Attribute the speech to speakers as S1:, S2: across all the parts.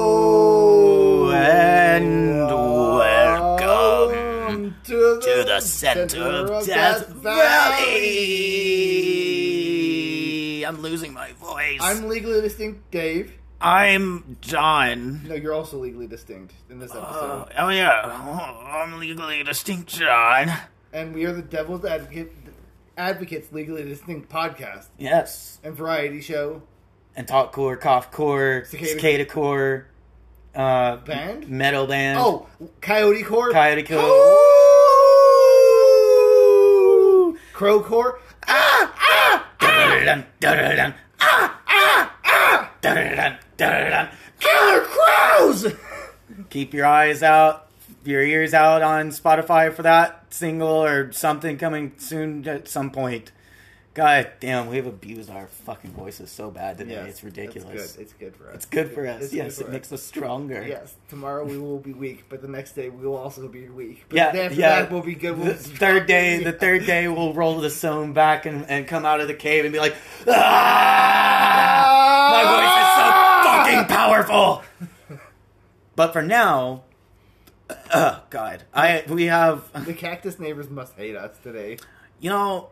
S1: Hello!
S2: And welcome
S1: to the,
S2: to the center of Death Valley. I'm losing my voice.
S1: I'm legally distinct, Dave.
S2: I'm John.
S1: No, you're also legally distinct in this
S2: Uh,
S1: episode.
S2: oh yeah, I'm legally distinct, John.
S1: and we are the Devil's Advocate, Advocates Legally Distinct podcast
S2: Yes,
S1: and variety show.
S2: and talk core, cough core,
S1: Cicada-
S2: cicada, core, uh,
S1: Band?
S2: metal band.
S1: Oh, Coyote Corp.
S2: Coyote Corp.
S1: Corp. Crow Corp.
S2: Dun, dun, dun, dun. Ah, ah, ah. Dun, dun, dun, dun.
S1: Killer Crows!
S2: keep your eyes out, your ears out on Spotify for that single or something coming soon at some point. God damn, we've abused our fucking voices so bad today.
S1: Yes,
S2: it's ridiculous.
S1: It's good. It's good for us.
S2: It's good for us.
S1: It's good
S2: yes,
S1: for
S2: it makes us stronger.
S1: Yes, tomorrow we will be weak, but the next day we will also be weak. But
S2: Yeah,
S1: the day after
S2: yeah.
S1: that we'll be good. We'll
S2: The
S1: be strong.
S2: third day, the third day, we'll roll the stone back and, and come out of the cave and be like, ah, my voice is so fucking powerful. But for now, oh god, I we have
S1: The cactus neighbors must hate us today.
S2: you know,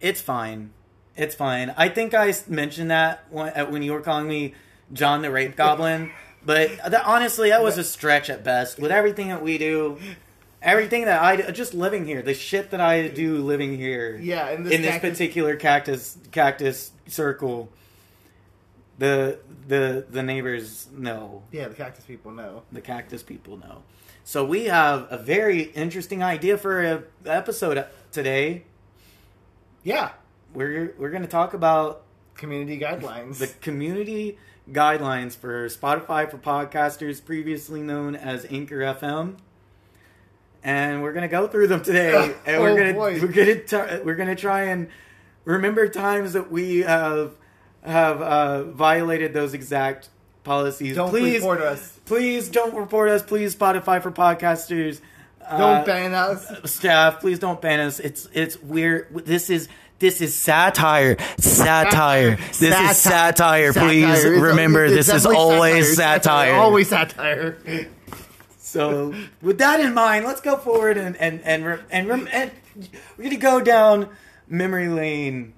S2: it's fine. It's fine. I think I s- mentioned that when, uh, when you were calling me John the Rape Goblin, but that, honestly, that was a stretch at best. With everything that we do, everything that I do, just living here, the shit that I do living here,
S1: Yeah, and this
S2: in this
S1: cactus-
S2: particular cactus cactus circle, the the the neighbors know
S1: Yeah, the cactus people know.
S2: the cactus people know. So we have a very interesting idea for a episode today.
S1: Yeah,
S2: We're we're going to talk about
S1: community guidelines.
S2: the community guidelines for Spotify for podcasters, previously known as Anchor FM. And we're gonna go through them today, and
S1: Oh,
S2: we're gonna
S1: boy.
S2: we're gonna t- we're gonna try and remember times that we have have uh, violated those exact policies.
S1: don't
S2: please,
S1: report us.
S2: please don't report us. Please, Spotify for podcasters.
S1: Don't
S2: uh,
S1: ban us.
S2: staff please don't ban us it's it's weird this is this is satire satire this is satire please
S1: Satire. It's-
S2: remember
S1: it's
S2: this is
S1: definitely
S2: always satire,
S1: Always satire.
S2: so with that in mind let's go forward and and and re- and, rem- and we're gonna go down memory lane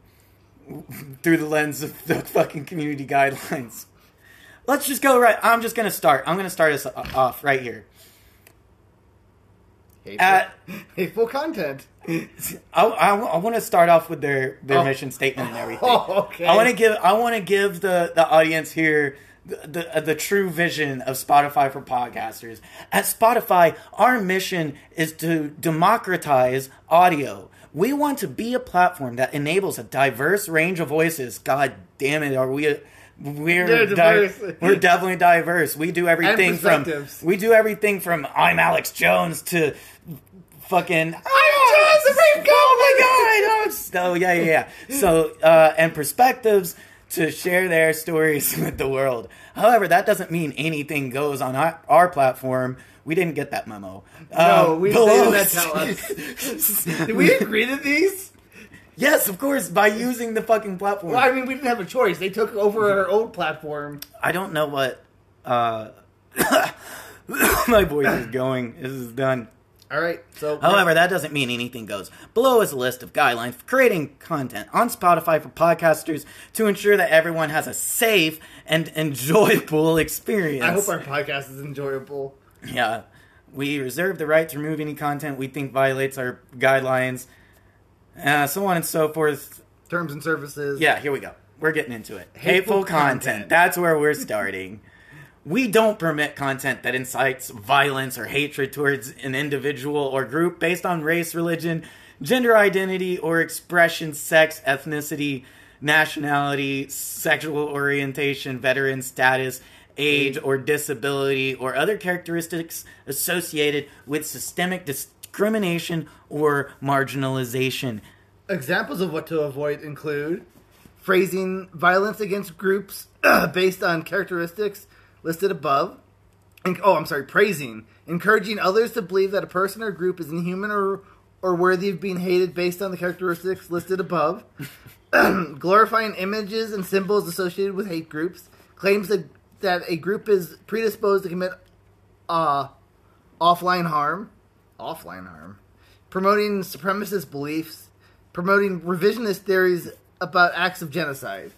S2: through the lens of the fucking community guidelines let's just go right i'm just gonna start i'm gonna start us o- off right here
S1: Hateful,
S2: At-
S1: hateful content.
S2: i, I, I want to start off with their their
S1: Oh.
S2: mission statement and everything
S1: Oh, okay.
S2: I want to give I want to give the the audience here the, uh, the the true vision of Spotify for podcasters. At Spotify, our mission is to democratize audio. We want to be a platform that enables a diverse range of voices. God damn it, are we?
S1: They're
S2: We're di-
S1: diverse.
S2: we're definitely diverse. We do everything from
S1: perspectives.
S2: we do everything from I'm Alex Jones to fucking
S1: Jones, the Rape
S2: oh my god! Oh, so yeah, yeah, yeah. So uh, and perspectives to share their stories with the world. However, that doesn't mean anything goes on our, our platform. We didn't get that memo.
S1: No,
S2: Um,
S1: we they
S2: below-
S1: did not tell us. Did we agree to these?
S2: yes, of course, by using the fucking platform.
S1: Well, I mean, we didn't have a choice. They took over our old platform.
S2: I don't know what uh, my voice is going. This is done.
S1: All right. So,
S2: However, that doesn't mean anything goes. Below is a list of guidelines for creating content on Spotify for podcasters to ensure that everyone has a safe and enjoyable experience.
S1: I hope our podcast is enjoyable.
S2: yeah. We reserve the right to remove any content we think violates our guidelines, uh, so on and so forth.
S1: Terms and services.
S2: Yeah, here we go. We're getting into it.
S1: Hateful
S2: Hateful, content.
S1: content.
S2: That's where we're starting. we don't permit content that incites violence or hatred towards an individual or group based on race, religion, gender identity, or expression, sex, ethnicity, nationality, sexual orientation, veteran status, age, or disability, or other characteristics associated with systemic discrimination or marginalization.
S1: Examples of what to avoid include phrasing violence against groups based on characteristics listed above. And, oh, I'm sorry, praising. Encouraging others to believe that a person or group is inhuman or, or worthy of being hated based on the characteristics listed above. glorifying images and symbols associated with hate groups, claims that, that a group is predisposed to commit uh, offline harm, offline harm, promoting supremacist beliefs, promoting revisionist theories about acts of genocide.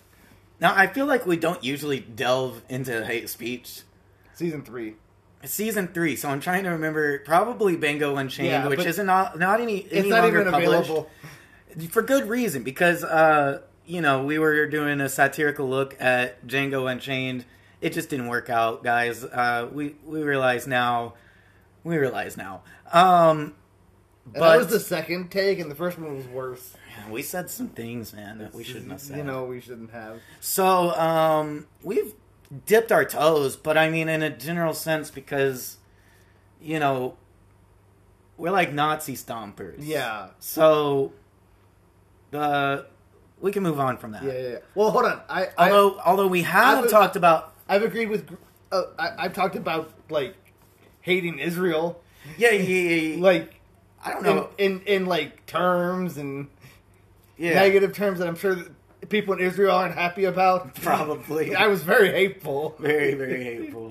S2: Now, I feel like we don't usually delve into hate speech.
S1: Season three.
S2: It's season three, so I'm trying to remember. Probably Bango Unchained,
S1: Yeah,
S2: which
S1: but
S2: isn't not, not any, any
S1: It's not
S2: longer
S1: even
S2: published.
S1: available.
S2: for good reason because uh you know we were doing a satirical look at django unchained it just didn't work out guys uh we we realize now we realize now um
S1: And that
S2: but
S1: was the second take, and the first one was worse.
S2: we said some things man that we shouldn't have said
S1: You know, we shouldn't have.
S2: so um we've dipped our toes but i mean in a general sense because you know we're like nazi stompers
S1: Yeah.
S2: so the we can move on from that
S1: Yeah, yeah, yeah. Well, hold on. I, I
S2: Although, although we have
S1: I've-
S2: talked about,
S1: I've agreed with. gr- Uh, I, I've talked about like hating Israel,
S2: yeah, yeah, yeah, yeah.
S1: like
S2: I don't
S1: in,
S2: know,
S1: in in like terms and
S2: yeah,
S1: negative terms that I'm sure that people in Israel aren't happy about.
S2: Probably.
S1: I was very hateful.
S2: very, very hateful.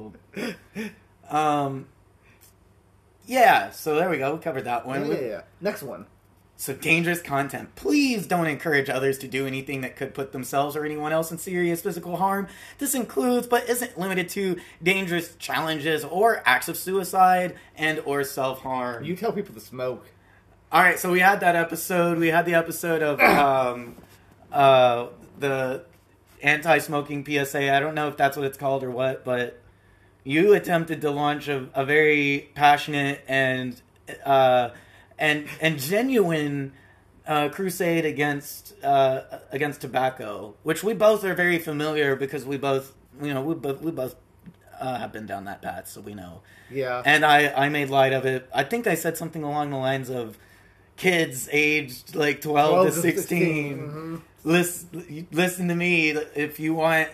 S2: Um, yeah. So there we go. We covered that
S1: Yeah,
S2: one.
S1: yeah, yeah. Next one.
S2: So dangerous content. Please don't encourage others to do anything that could put themselves or anyone else in serious physical harm. This includes, but isn't limited to, dangerous challenges or acts of suicide and or self harm.
S1: You tell people to smoke.
S2: All right, so we had that episode. We had the episode of um, uh, the anti-smoking PSA. I don't know if that's what it's called or what, but you attempted to launch a, a very passionate and uh, and and genuine uh, crusade against uh, against tobacco, which we both are very familiar because we both you know we both we both uh, have been down that path, so we know
S1: Yeah.
S2: and I, I made light of it. I think I said something along the lines of kids aged like 12, to 16,
S1: 16, mhm.
S2: listen, listen to me. If you want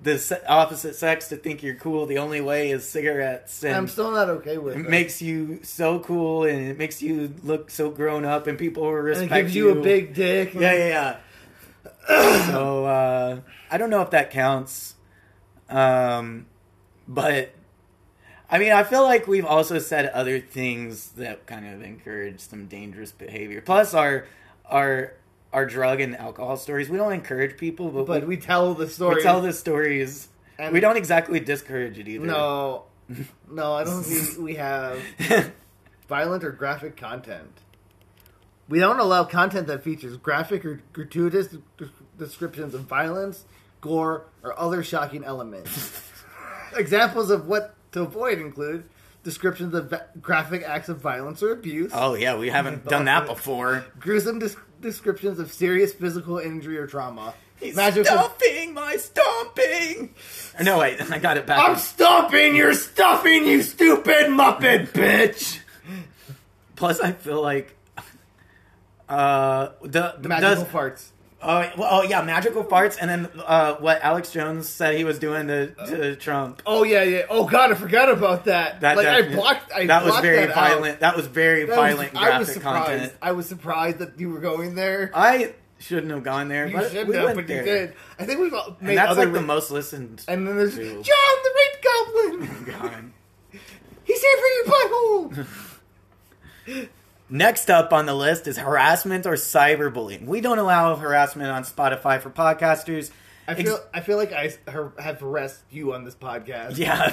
S2: the se- opposite sex to think you're cool, the only way is cigarettes. And
S1: I'm still not okay with
S2: it
S1: it.
S2: makes you so cool and it makes you look so grown up and people will
S1: and
S2: respect
S1: it gives you a big dick.
S2: Yeah, yeah, yeah. so uh, I don't know if that counts, um, but I mean, I feel like we've also said other things that kind of encourage some dangerous behavior. Plus, our our our drug and alcohol stories. We don't encourage people, but,
S1: But we
S2: we,
S1: tell the
S2: we
S1: story.
S2: tell the stories.
S1: And-
S2: we don't exactly discourage it either.
S1: No, no, I don't think we have violent or graphic content. We don't allow content that features graphic or gratuitous des- descriptions of violence, gore, or other shocking elements. Examples of what to avoid include descriptions of va- graphic acts of violence or abuse,
S2: oh yeah, we haven't done that before.
S1: gruesome des- descriptions of serious physical injury or trauma.
S2: He's
S1: Magical-
S2: stuffing my stomping. No wait, I got it back.
S1: I'm stomping your stuffing, you stupid muppet bitch!
S2: Plus, I feel like uh, the, the
S1: Magical
S2: does-
S1: parts.
S2: Oh, well, oh yeah, magical farts, and then uh, what Alex Jones said he was doing to, to Trump.
S1: Oh yeah, yeah. Oh god, I forgot about that.
S2: That
S1: like I
S2: definitely-
S1: blocked. I
S2: that was
S1: blocked
S2: very
S1: that out.
S2: violent. That was very
S1: That was-
S2: violent
S1: I was
S2: graphic
S1: surprised.
S2: content.
S1: I was surprised that you were going there.
S2: I shouldn't have gone there.
S1: you
S2: but
S1: should
S2: we
S1: have,
S2: went
S1: but
S2: there.
S1: you did. I think we've all made
S2: And that's
S1: other.
S2: like the
S1: ra-
S2: most listened.
S1: and then there's
S2: Ew. Oh,
S1: John the Rape Goblin.
S2: God.
S1: He's here for your butthole.
S2: Next up on the list is harassment or cyberbullying. We don't allow harassment on Spotify for podcasters.
S1: I
S2: Ex-
S1: feel. I feel like I s- har- have harassed you on this podcast.
S2: Yeah.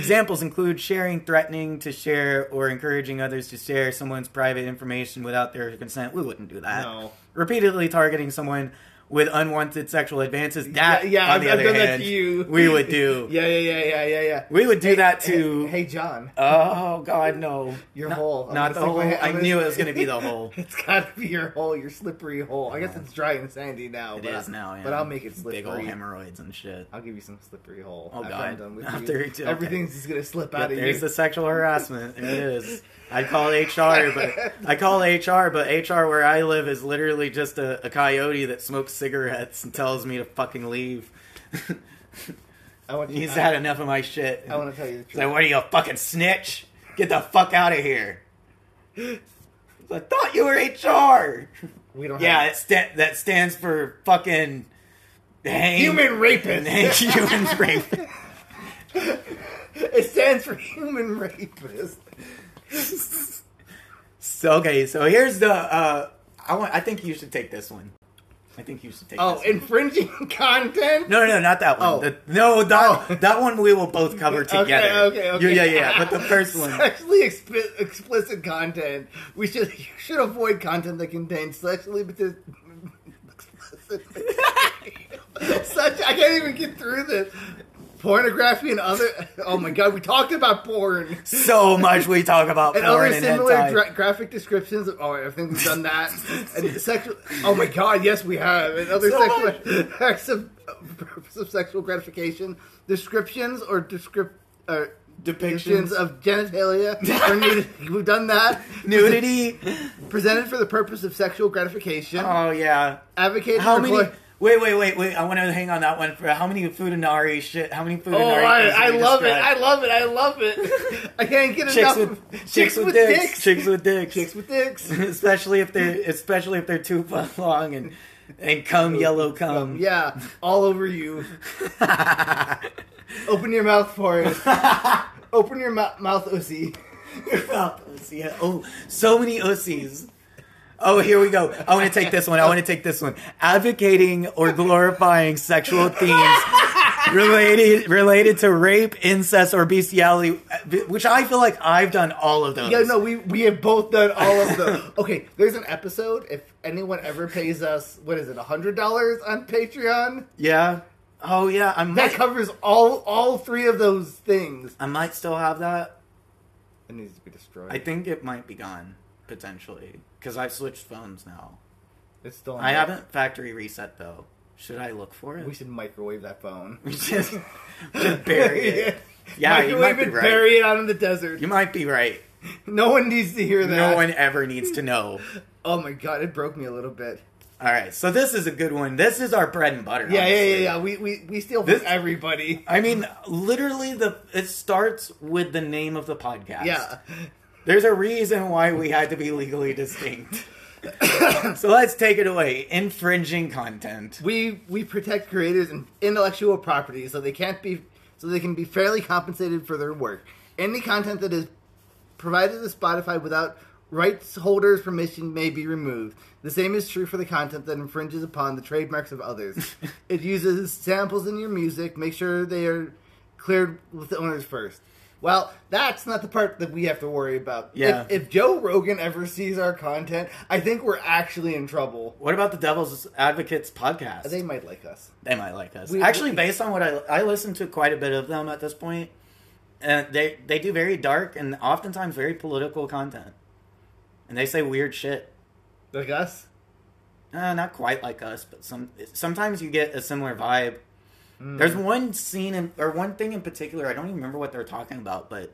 S2: Examples include sharing, threatening to share, or encouraging others to share someone's private information without their consent. We wouldn't do that.
S1: No.
S2: Repeatedly targeting someone with unwanted sexual advances. That,
S1: yeah,
S2: on
S1: I've-
S2: the
S1: I've
S2: other
S1: done that to
S2: hand,
S1: you.
S2: we would do.
S1: Yeah. Yeah. Yeah. Yeah. Yeah. Yeah.
S2: We would do that
S1: Hey-
S2: to.
S1: Hey, John.
S2: Oh God, no!
S1: Your
S2: not,
S1: hole. I'm
S2: not
S1: gonna stick
S2: the hole.
S1: my hand-
S2: I
S1: I'm
S2: knew
S1: gonna-
S2: it was going to be the hole.
S1: It's gotta be your hole, your slippery hole. I guess it's dry and sandy now.
S2: It
S1: but
S2: is
S1: I-
S2: now. Yeah.
S1: But I'll make it slippery.
S2: Big old hemorrhoids and shit.
S1: I'll give you some slippery hole.
S2: Oh,
S1: after
S2: God.
S1: I'm done with
S2: After
S1: you.
S2: it's- okay.
S1: Everything's just gonna slip
S2: Yeah,
S1: out of
S2: there's
S1: you.
S2: the sexual harassment. There it is. I call HR, but I call HR, but HR where I live is literally just a, a coyote that smokes cigarettes and tells me to fucking leave.
S1: I want you.
S2: He's
S1: I,
S2: had enough of my shit.
S1: I want to tell you the
S2: He's like,
S1: truth.
S2: "What are you a fucking snitch? Get the fuck out of here!" I thought you were HR.
S1: We don't.
S2: Yeah,
S1: have
S2: it sta- that stands for fucking hang-
S1: human rapist.
S2: human rape.
S1: it stands for human rapist.
S2: So okay, so here's the. Uh, I want. I think you should take this one. I think you should take.
S1: Oh,
S2: this one.
S1: infringing content.
S2: no, no, no, not that one.
S1: Oh.
S2: The- no, that that one we will both cover
S1: Okay,
S2: together.
S1: okay, okay.
S2: Yeah, yeah, yeah. But the first one.
S1: Sexually expi- explicit content. We should you should avoid content that contains sexually explicit. Such I can't even get through this. Pornography and other. Oh my god, we talked about porn
S2: So much we talk about
S1: and
S2: porn
S1: other
S2: and
S1: similar
S2: hentai.
S1: gra- graphic descriptions. Of, oh, I think we've done that. and sexual. Oh my god, yes, we have. And other
S2: So
S1: sexual acts of, of sexual gratification descriptions or descrip Uh,
S2: Depictions.
S1: depictions of genitalia or nudity. We've done that.
S2: nudity.
S1: Presented for the purpose of sexual gratification.
S2: Oh yeah.
S1: Advocated
S2: How
S1: for
S2: many?
S1: glor-
S2: Wait, wait, wait, wait. I want to hang on that one for how many Futanari shit? How many Futanari?
S1: Oh,
S2: things
S1: I, I
S2: have we
S1: love it!
S2: described?
S1: I love it! I love it! I can't get
S2: chicks
S1: enough.
S2: with
S1: of-
S2: chicks, with, dicks. Chicks with dicks.
S1: Chicks with dicks.
S2: especially if they're especially if they're too fuck long and and cum yellow cum.
S1: Yeah, all over you. Open your mouth for it. Open your mou- mouth, Uzi.
S2: yeah. Oh, so many ussies. Oh, here we go. I want to take this one. I want to take this one. Advocating or glorifying sexual themes related related to rape, incest, or bestiality, which I feel like I've done all of those.
S1: Yeah, no, we we have both done all of them. Okay, there's an episode. If anyone ever pays us, what is it, hundred dollars on Patreon,
S2: Yeah. Oh, yeah. I
S1: that
S2: might.
S1: covers all all three of those things.
S2: I might still have that.
S1: It needs to be destroyed.
S2: I think it might be gone potentially because I've switched phones now.
S1: it's still. on
S2: I
S1: there.
S2: haven't factory reset though. Should I look for it?
S1: We should microwave that phone.
S2: We just, just bury it. Yeah, you
S1: microwave
S2: might be
S1: it,
S2: right.
S1: bury it out in the desert.
S2: You might be right.
S1: No one needs to hear that.
S2: No one ever needs to know.
S1: Oh my god, it broke me a little bit.
S2: All right, so this is a good one. This is our bread and butter.
S1: Yeah, yeah, yeah,
S2: honestly.
S1: yeah. We we we steal
S2: This-
S1: from everybody.
S2: I mean, literally, the it starts with the name of the podcast.
S1: Yeah.
S2: There's a reason why we had to be legally distinct. so let's take it away. Infringing content.
S1: We we protect creators and intellectual property so they can't be so they can be fairly compensated for their work. Any content that is provided to Spotify without rights holders' permission may be removed. The same is true for the content that infringes upon the trademarks of others. it uses samples in your music. Make sure they are cleared with the owners first. Well, that's not the part that we have to worry about.
S2: Yeah.
S1: If, if Joe Rogan ever sees our content, I think we're actually in trouble.
S2: What about the Devil's Advocates podcast?
S1: They might like us.
S2: they might like us.
S1: We-
S2: Actually,
S1: we-
S2: based on what I I listen to quite a bit of them at this point, and they they do very dark and oftentimes very political content, and they say weird shit.
S1: Like us?
S2: Uh, not quite like us, but some sometimes you get a similar vibe. There's one scene in, or one thing in particular. I don't even remember what they're talking about, but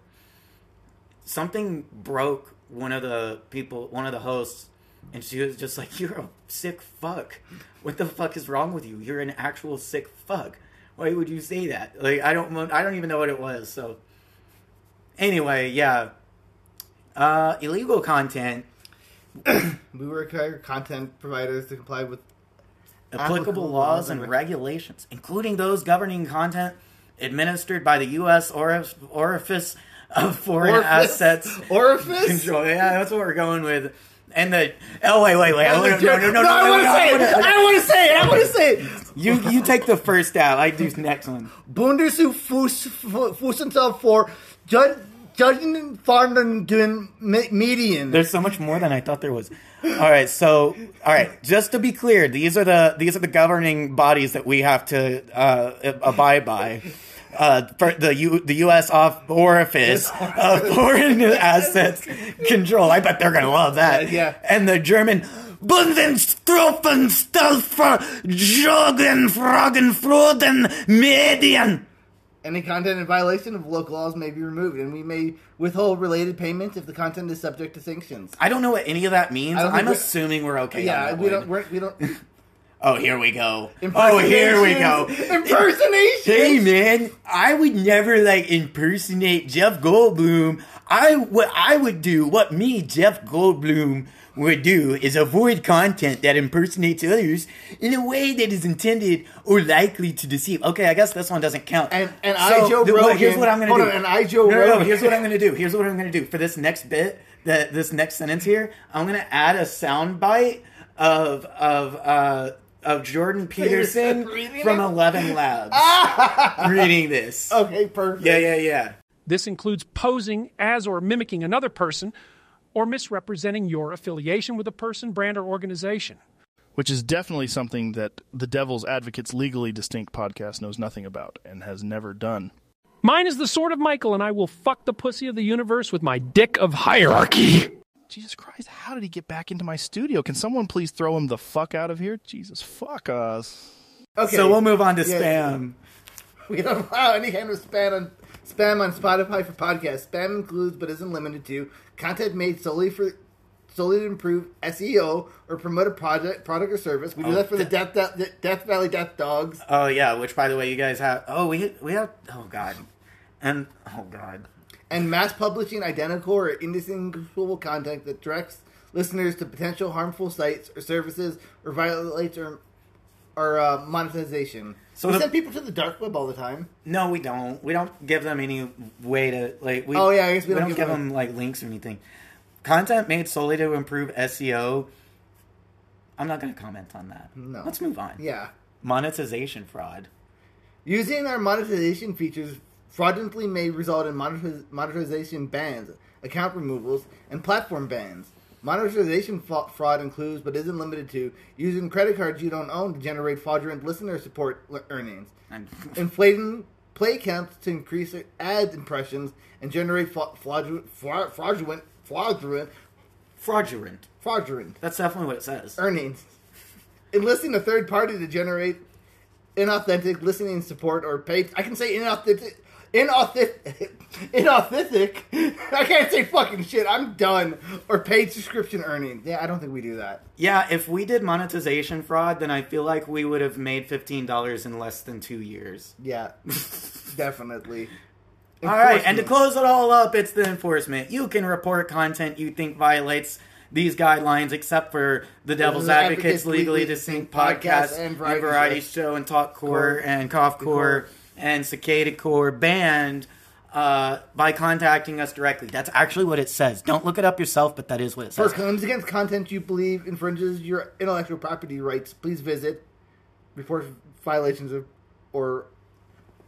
S2: something broke one of the people, one of the hosts, and she was just like, "You're a sick fuck. What the fuck is wrong with you? You're an actual sick fuck. Why would you say that? Like, I don't, want- I don't even know what it was." So, anyway, yeah, uh, illegal content
S1: We require content providers to comply with.
S2: applicable, laws and regulations, including those governing content administered by the U.S. Orif- Orifice of Foreign Assets
S1: Orifice?
S2: Control. Yeah, that's what we're going with. And the oh wait wait wait I
S1: No,
S2: wanna- no no no no
S1: I
S2: no,
S1: want to
S2: no,
S1: say
S2: I
S1: it!
S2: wanna-
S1: I want to say it! I want to say it!
S2: you you take the first stab I do the next one
S1: Bundesu Fusental for Judging Farnden Median.
S2: there's so much more than I thought there was all right so all right just to be clear these are the these are the governing bodies that we have to uh, abide by uh, for the U, the U.S. off orifice of foreign assets control. I bet they're gonna love that.
S1: Yeah, yeah.
S2: And the German Bundesstrophen Stuffer Jogen Fragen Froden Medien.
S1: Any content in violation of local laws may be removed, and we may withhold related payments if the content is subject to sanctions.
S2: I don't know what any of that means.
S1: I don't think
S2: I'm
S1: we're-
S2: assuming we're okay. on
S1: Yeah,
S2: that
S1: we
S2: one.
S1: don't. We're, we don't.
S2: Oh, here we go. Oh, here we go.
S1: Impersonations.
S2: Hey man, I would never like impersonate Jeff Goldblum. I what I would do, what me Jeff Goldblum would do is avoid content that impersonates others in a way that is intended or likely to deceive. Okay, I guess this one doesn't count.
S1: And- and I, Joe
S2: the- well,
S1: Rogan-
S2: here's what I'm gonna
S1: hold
S2: do.
S1: on, and I, Joe
S2: no, no, no,
S1: Rogan-
S2: here's what I'm gonna do. Here's what I'm gonna do for this next bit. The, this next sentence here, I'm gonna add a sound bite of of uh, of Jordan Peterson
S1: reading
S2: from
S1: it? Ah,
S2: Eleven Labs reading this.
S1: Okay, perfect.
S2: Yeah, yeah, yeah.
S3: This includes posing as or mimicking another person or misrepresenting your affiliation with a person, brand, or organization.
S4: which is definitely something that the Devil's Advocates Legally Distinct podcast knows nothing about and has never done.
S3: Mine is the sword of Michael, and I will fuck the pussy of the universe with my dick of hierarchy.
S4: Jesus Christ, how did he get back into my studio? Can someone please throw him the fuck out of here? Jesus, fuck us.
S1: Okay.
S2: So we'll move on to
S1: Yeah.
S2: spam.
S1: We don't allow any kind of spam on spam on Spotify for podcasts. Spam includes, but isn't limited to, content made solely for solely to improve SEO or promote a project, product or service. We do that for the Death, Death, Death Valley Death Dogs.
S2: Oh yeah, which by the way, you guys have. Oh, we we have. Oh god, and oh god.
S1: and mass publishing identical or indistinguishable content that directs listeners to potential harmful sites or services or violates or, or uh, monetization.
S2: So
S1: we
S2: the-
S1: send people to the dark web all the time.
S2: No, we don't. We don't give them any way to like. We,
S1: Oh, yeah, I guess we don't give
S2: give
S1: them-
S2: them like links or anything. Content made solely to improve SEO. I'm not going to comment on that.
S1: No.
S2: Let's move on.
S1: Yeah.
S2: Monetization fraud.
S1: Using our monetization features fraudulently may result in monetiz- monetization bans, account removals, and platform bans. Monetization fa- fraud includes, but isn't limited to, using credit cards you don't own to generate fraudulent listener support l- earnings,
S2: And-
S1: inflating play counts to increase ad impressions, and generate fa- fraudulent, fra- fraudulent, fraudulent,
S2: Fraudulent.
S1: fraudulent
S2: That's definitely what it says.
S1: earnings. Enlisting a third party to generate inauthentic listening support or paid. I can say inauthentic. Inauthentic. Inauthentic. I can't say fucking shit. I'm done. Or paid subscription earnings. Yeah, I don't think we do that.
S2: Yeah, if we did monetization fraud, then I feel like we would have made fifteen dollars in less than two years.
S1: Yeah. definitely.
S2: All right, and to
S1: Enforcement.
S2: close it all up, it's the enforcement. You can report content you think violates these guidelines, except for the Devil's Advocates, Legally Distinct podcast, and Variety, Show, and Talk Core,
S1: Core.
S2: and Cough Core,
S1: Core.
S2: and Cicada Core banned uh, by contacting us directly. That's actually what it says. Don't look it up yourself, but that is what it
S1: For
S2: says.
S1: claims against content you believe infringes your intellectual property rights, please visit report violations of or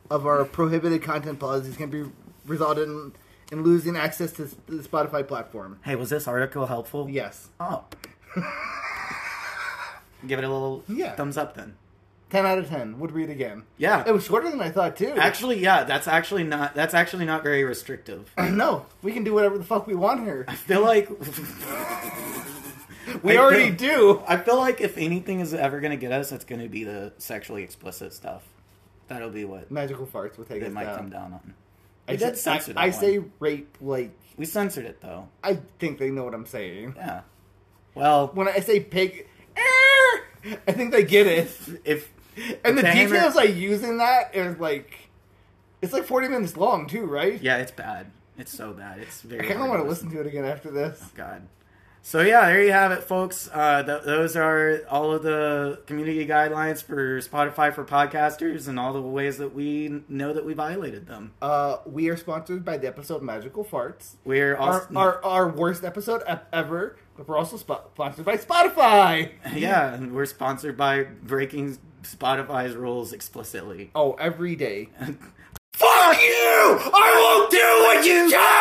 S1: of our prohibited content policies can be resulted in, in losing access to s- the Spotify platform.
S2: Hey, was this article helpful?
S1: Yes,
S2: Up. Give it a little
S1: Yeah.
S2: thumbs up then.
S1: ten out of ten. Would read again.
S2: Yeah.
S1: it was shorter than I thought too.
S2: Actually, yeah, that's actually not that's actually not very restrictive.
S1: no, we can do whatever the fuck we want here.
S2: feel like
S1: We
S2: I
S1: already
S2: know.
S1: do.
S2: I feel like if anything is ever gonna get us, it's gonna be the sexually explicit stuff. That'll be what
S1: Magical farts will take
S2: it
S1: us
S2: might
S1: down.
S2: come down on.
S1: I
S2: We did
S1: say, I,
S2: censor that
S1: I
S2: one.
S1: say rape like
S2: we censored it though.
S1: I think they know what I'm saying.
S2: Yeah. Well,
S1: when I say pig, "Err," I think they get it.
S2: if
S1: And the
S2: if hammer-
S1: details I use in that is like, it's like 40 minutes long too, right?
S2: yeah, it's bad. It's so bad. It's very.
S1: I kind of
S2: hard
S1: want to listen to it again after this.
S2: God. So yeah, there you have it, folks. Uh, th- those are all of the community guidelines for Spotify for podcasters and all the ways that we know that we violated them.
S1: Uh, we are sponsored by the episode Magical Farts.
S2: We're
S1: Our,
S2: also,
S1: our, our worst episode ep- ever, but we're also spo- sponsored by Spotify.
S2: Yeah, and we're sponsored by breaking Spotify's rules explicitly.
S1: Oh, every day.
S2: Fuck you! I won't do what you say!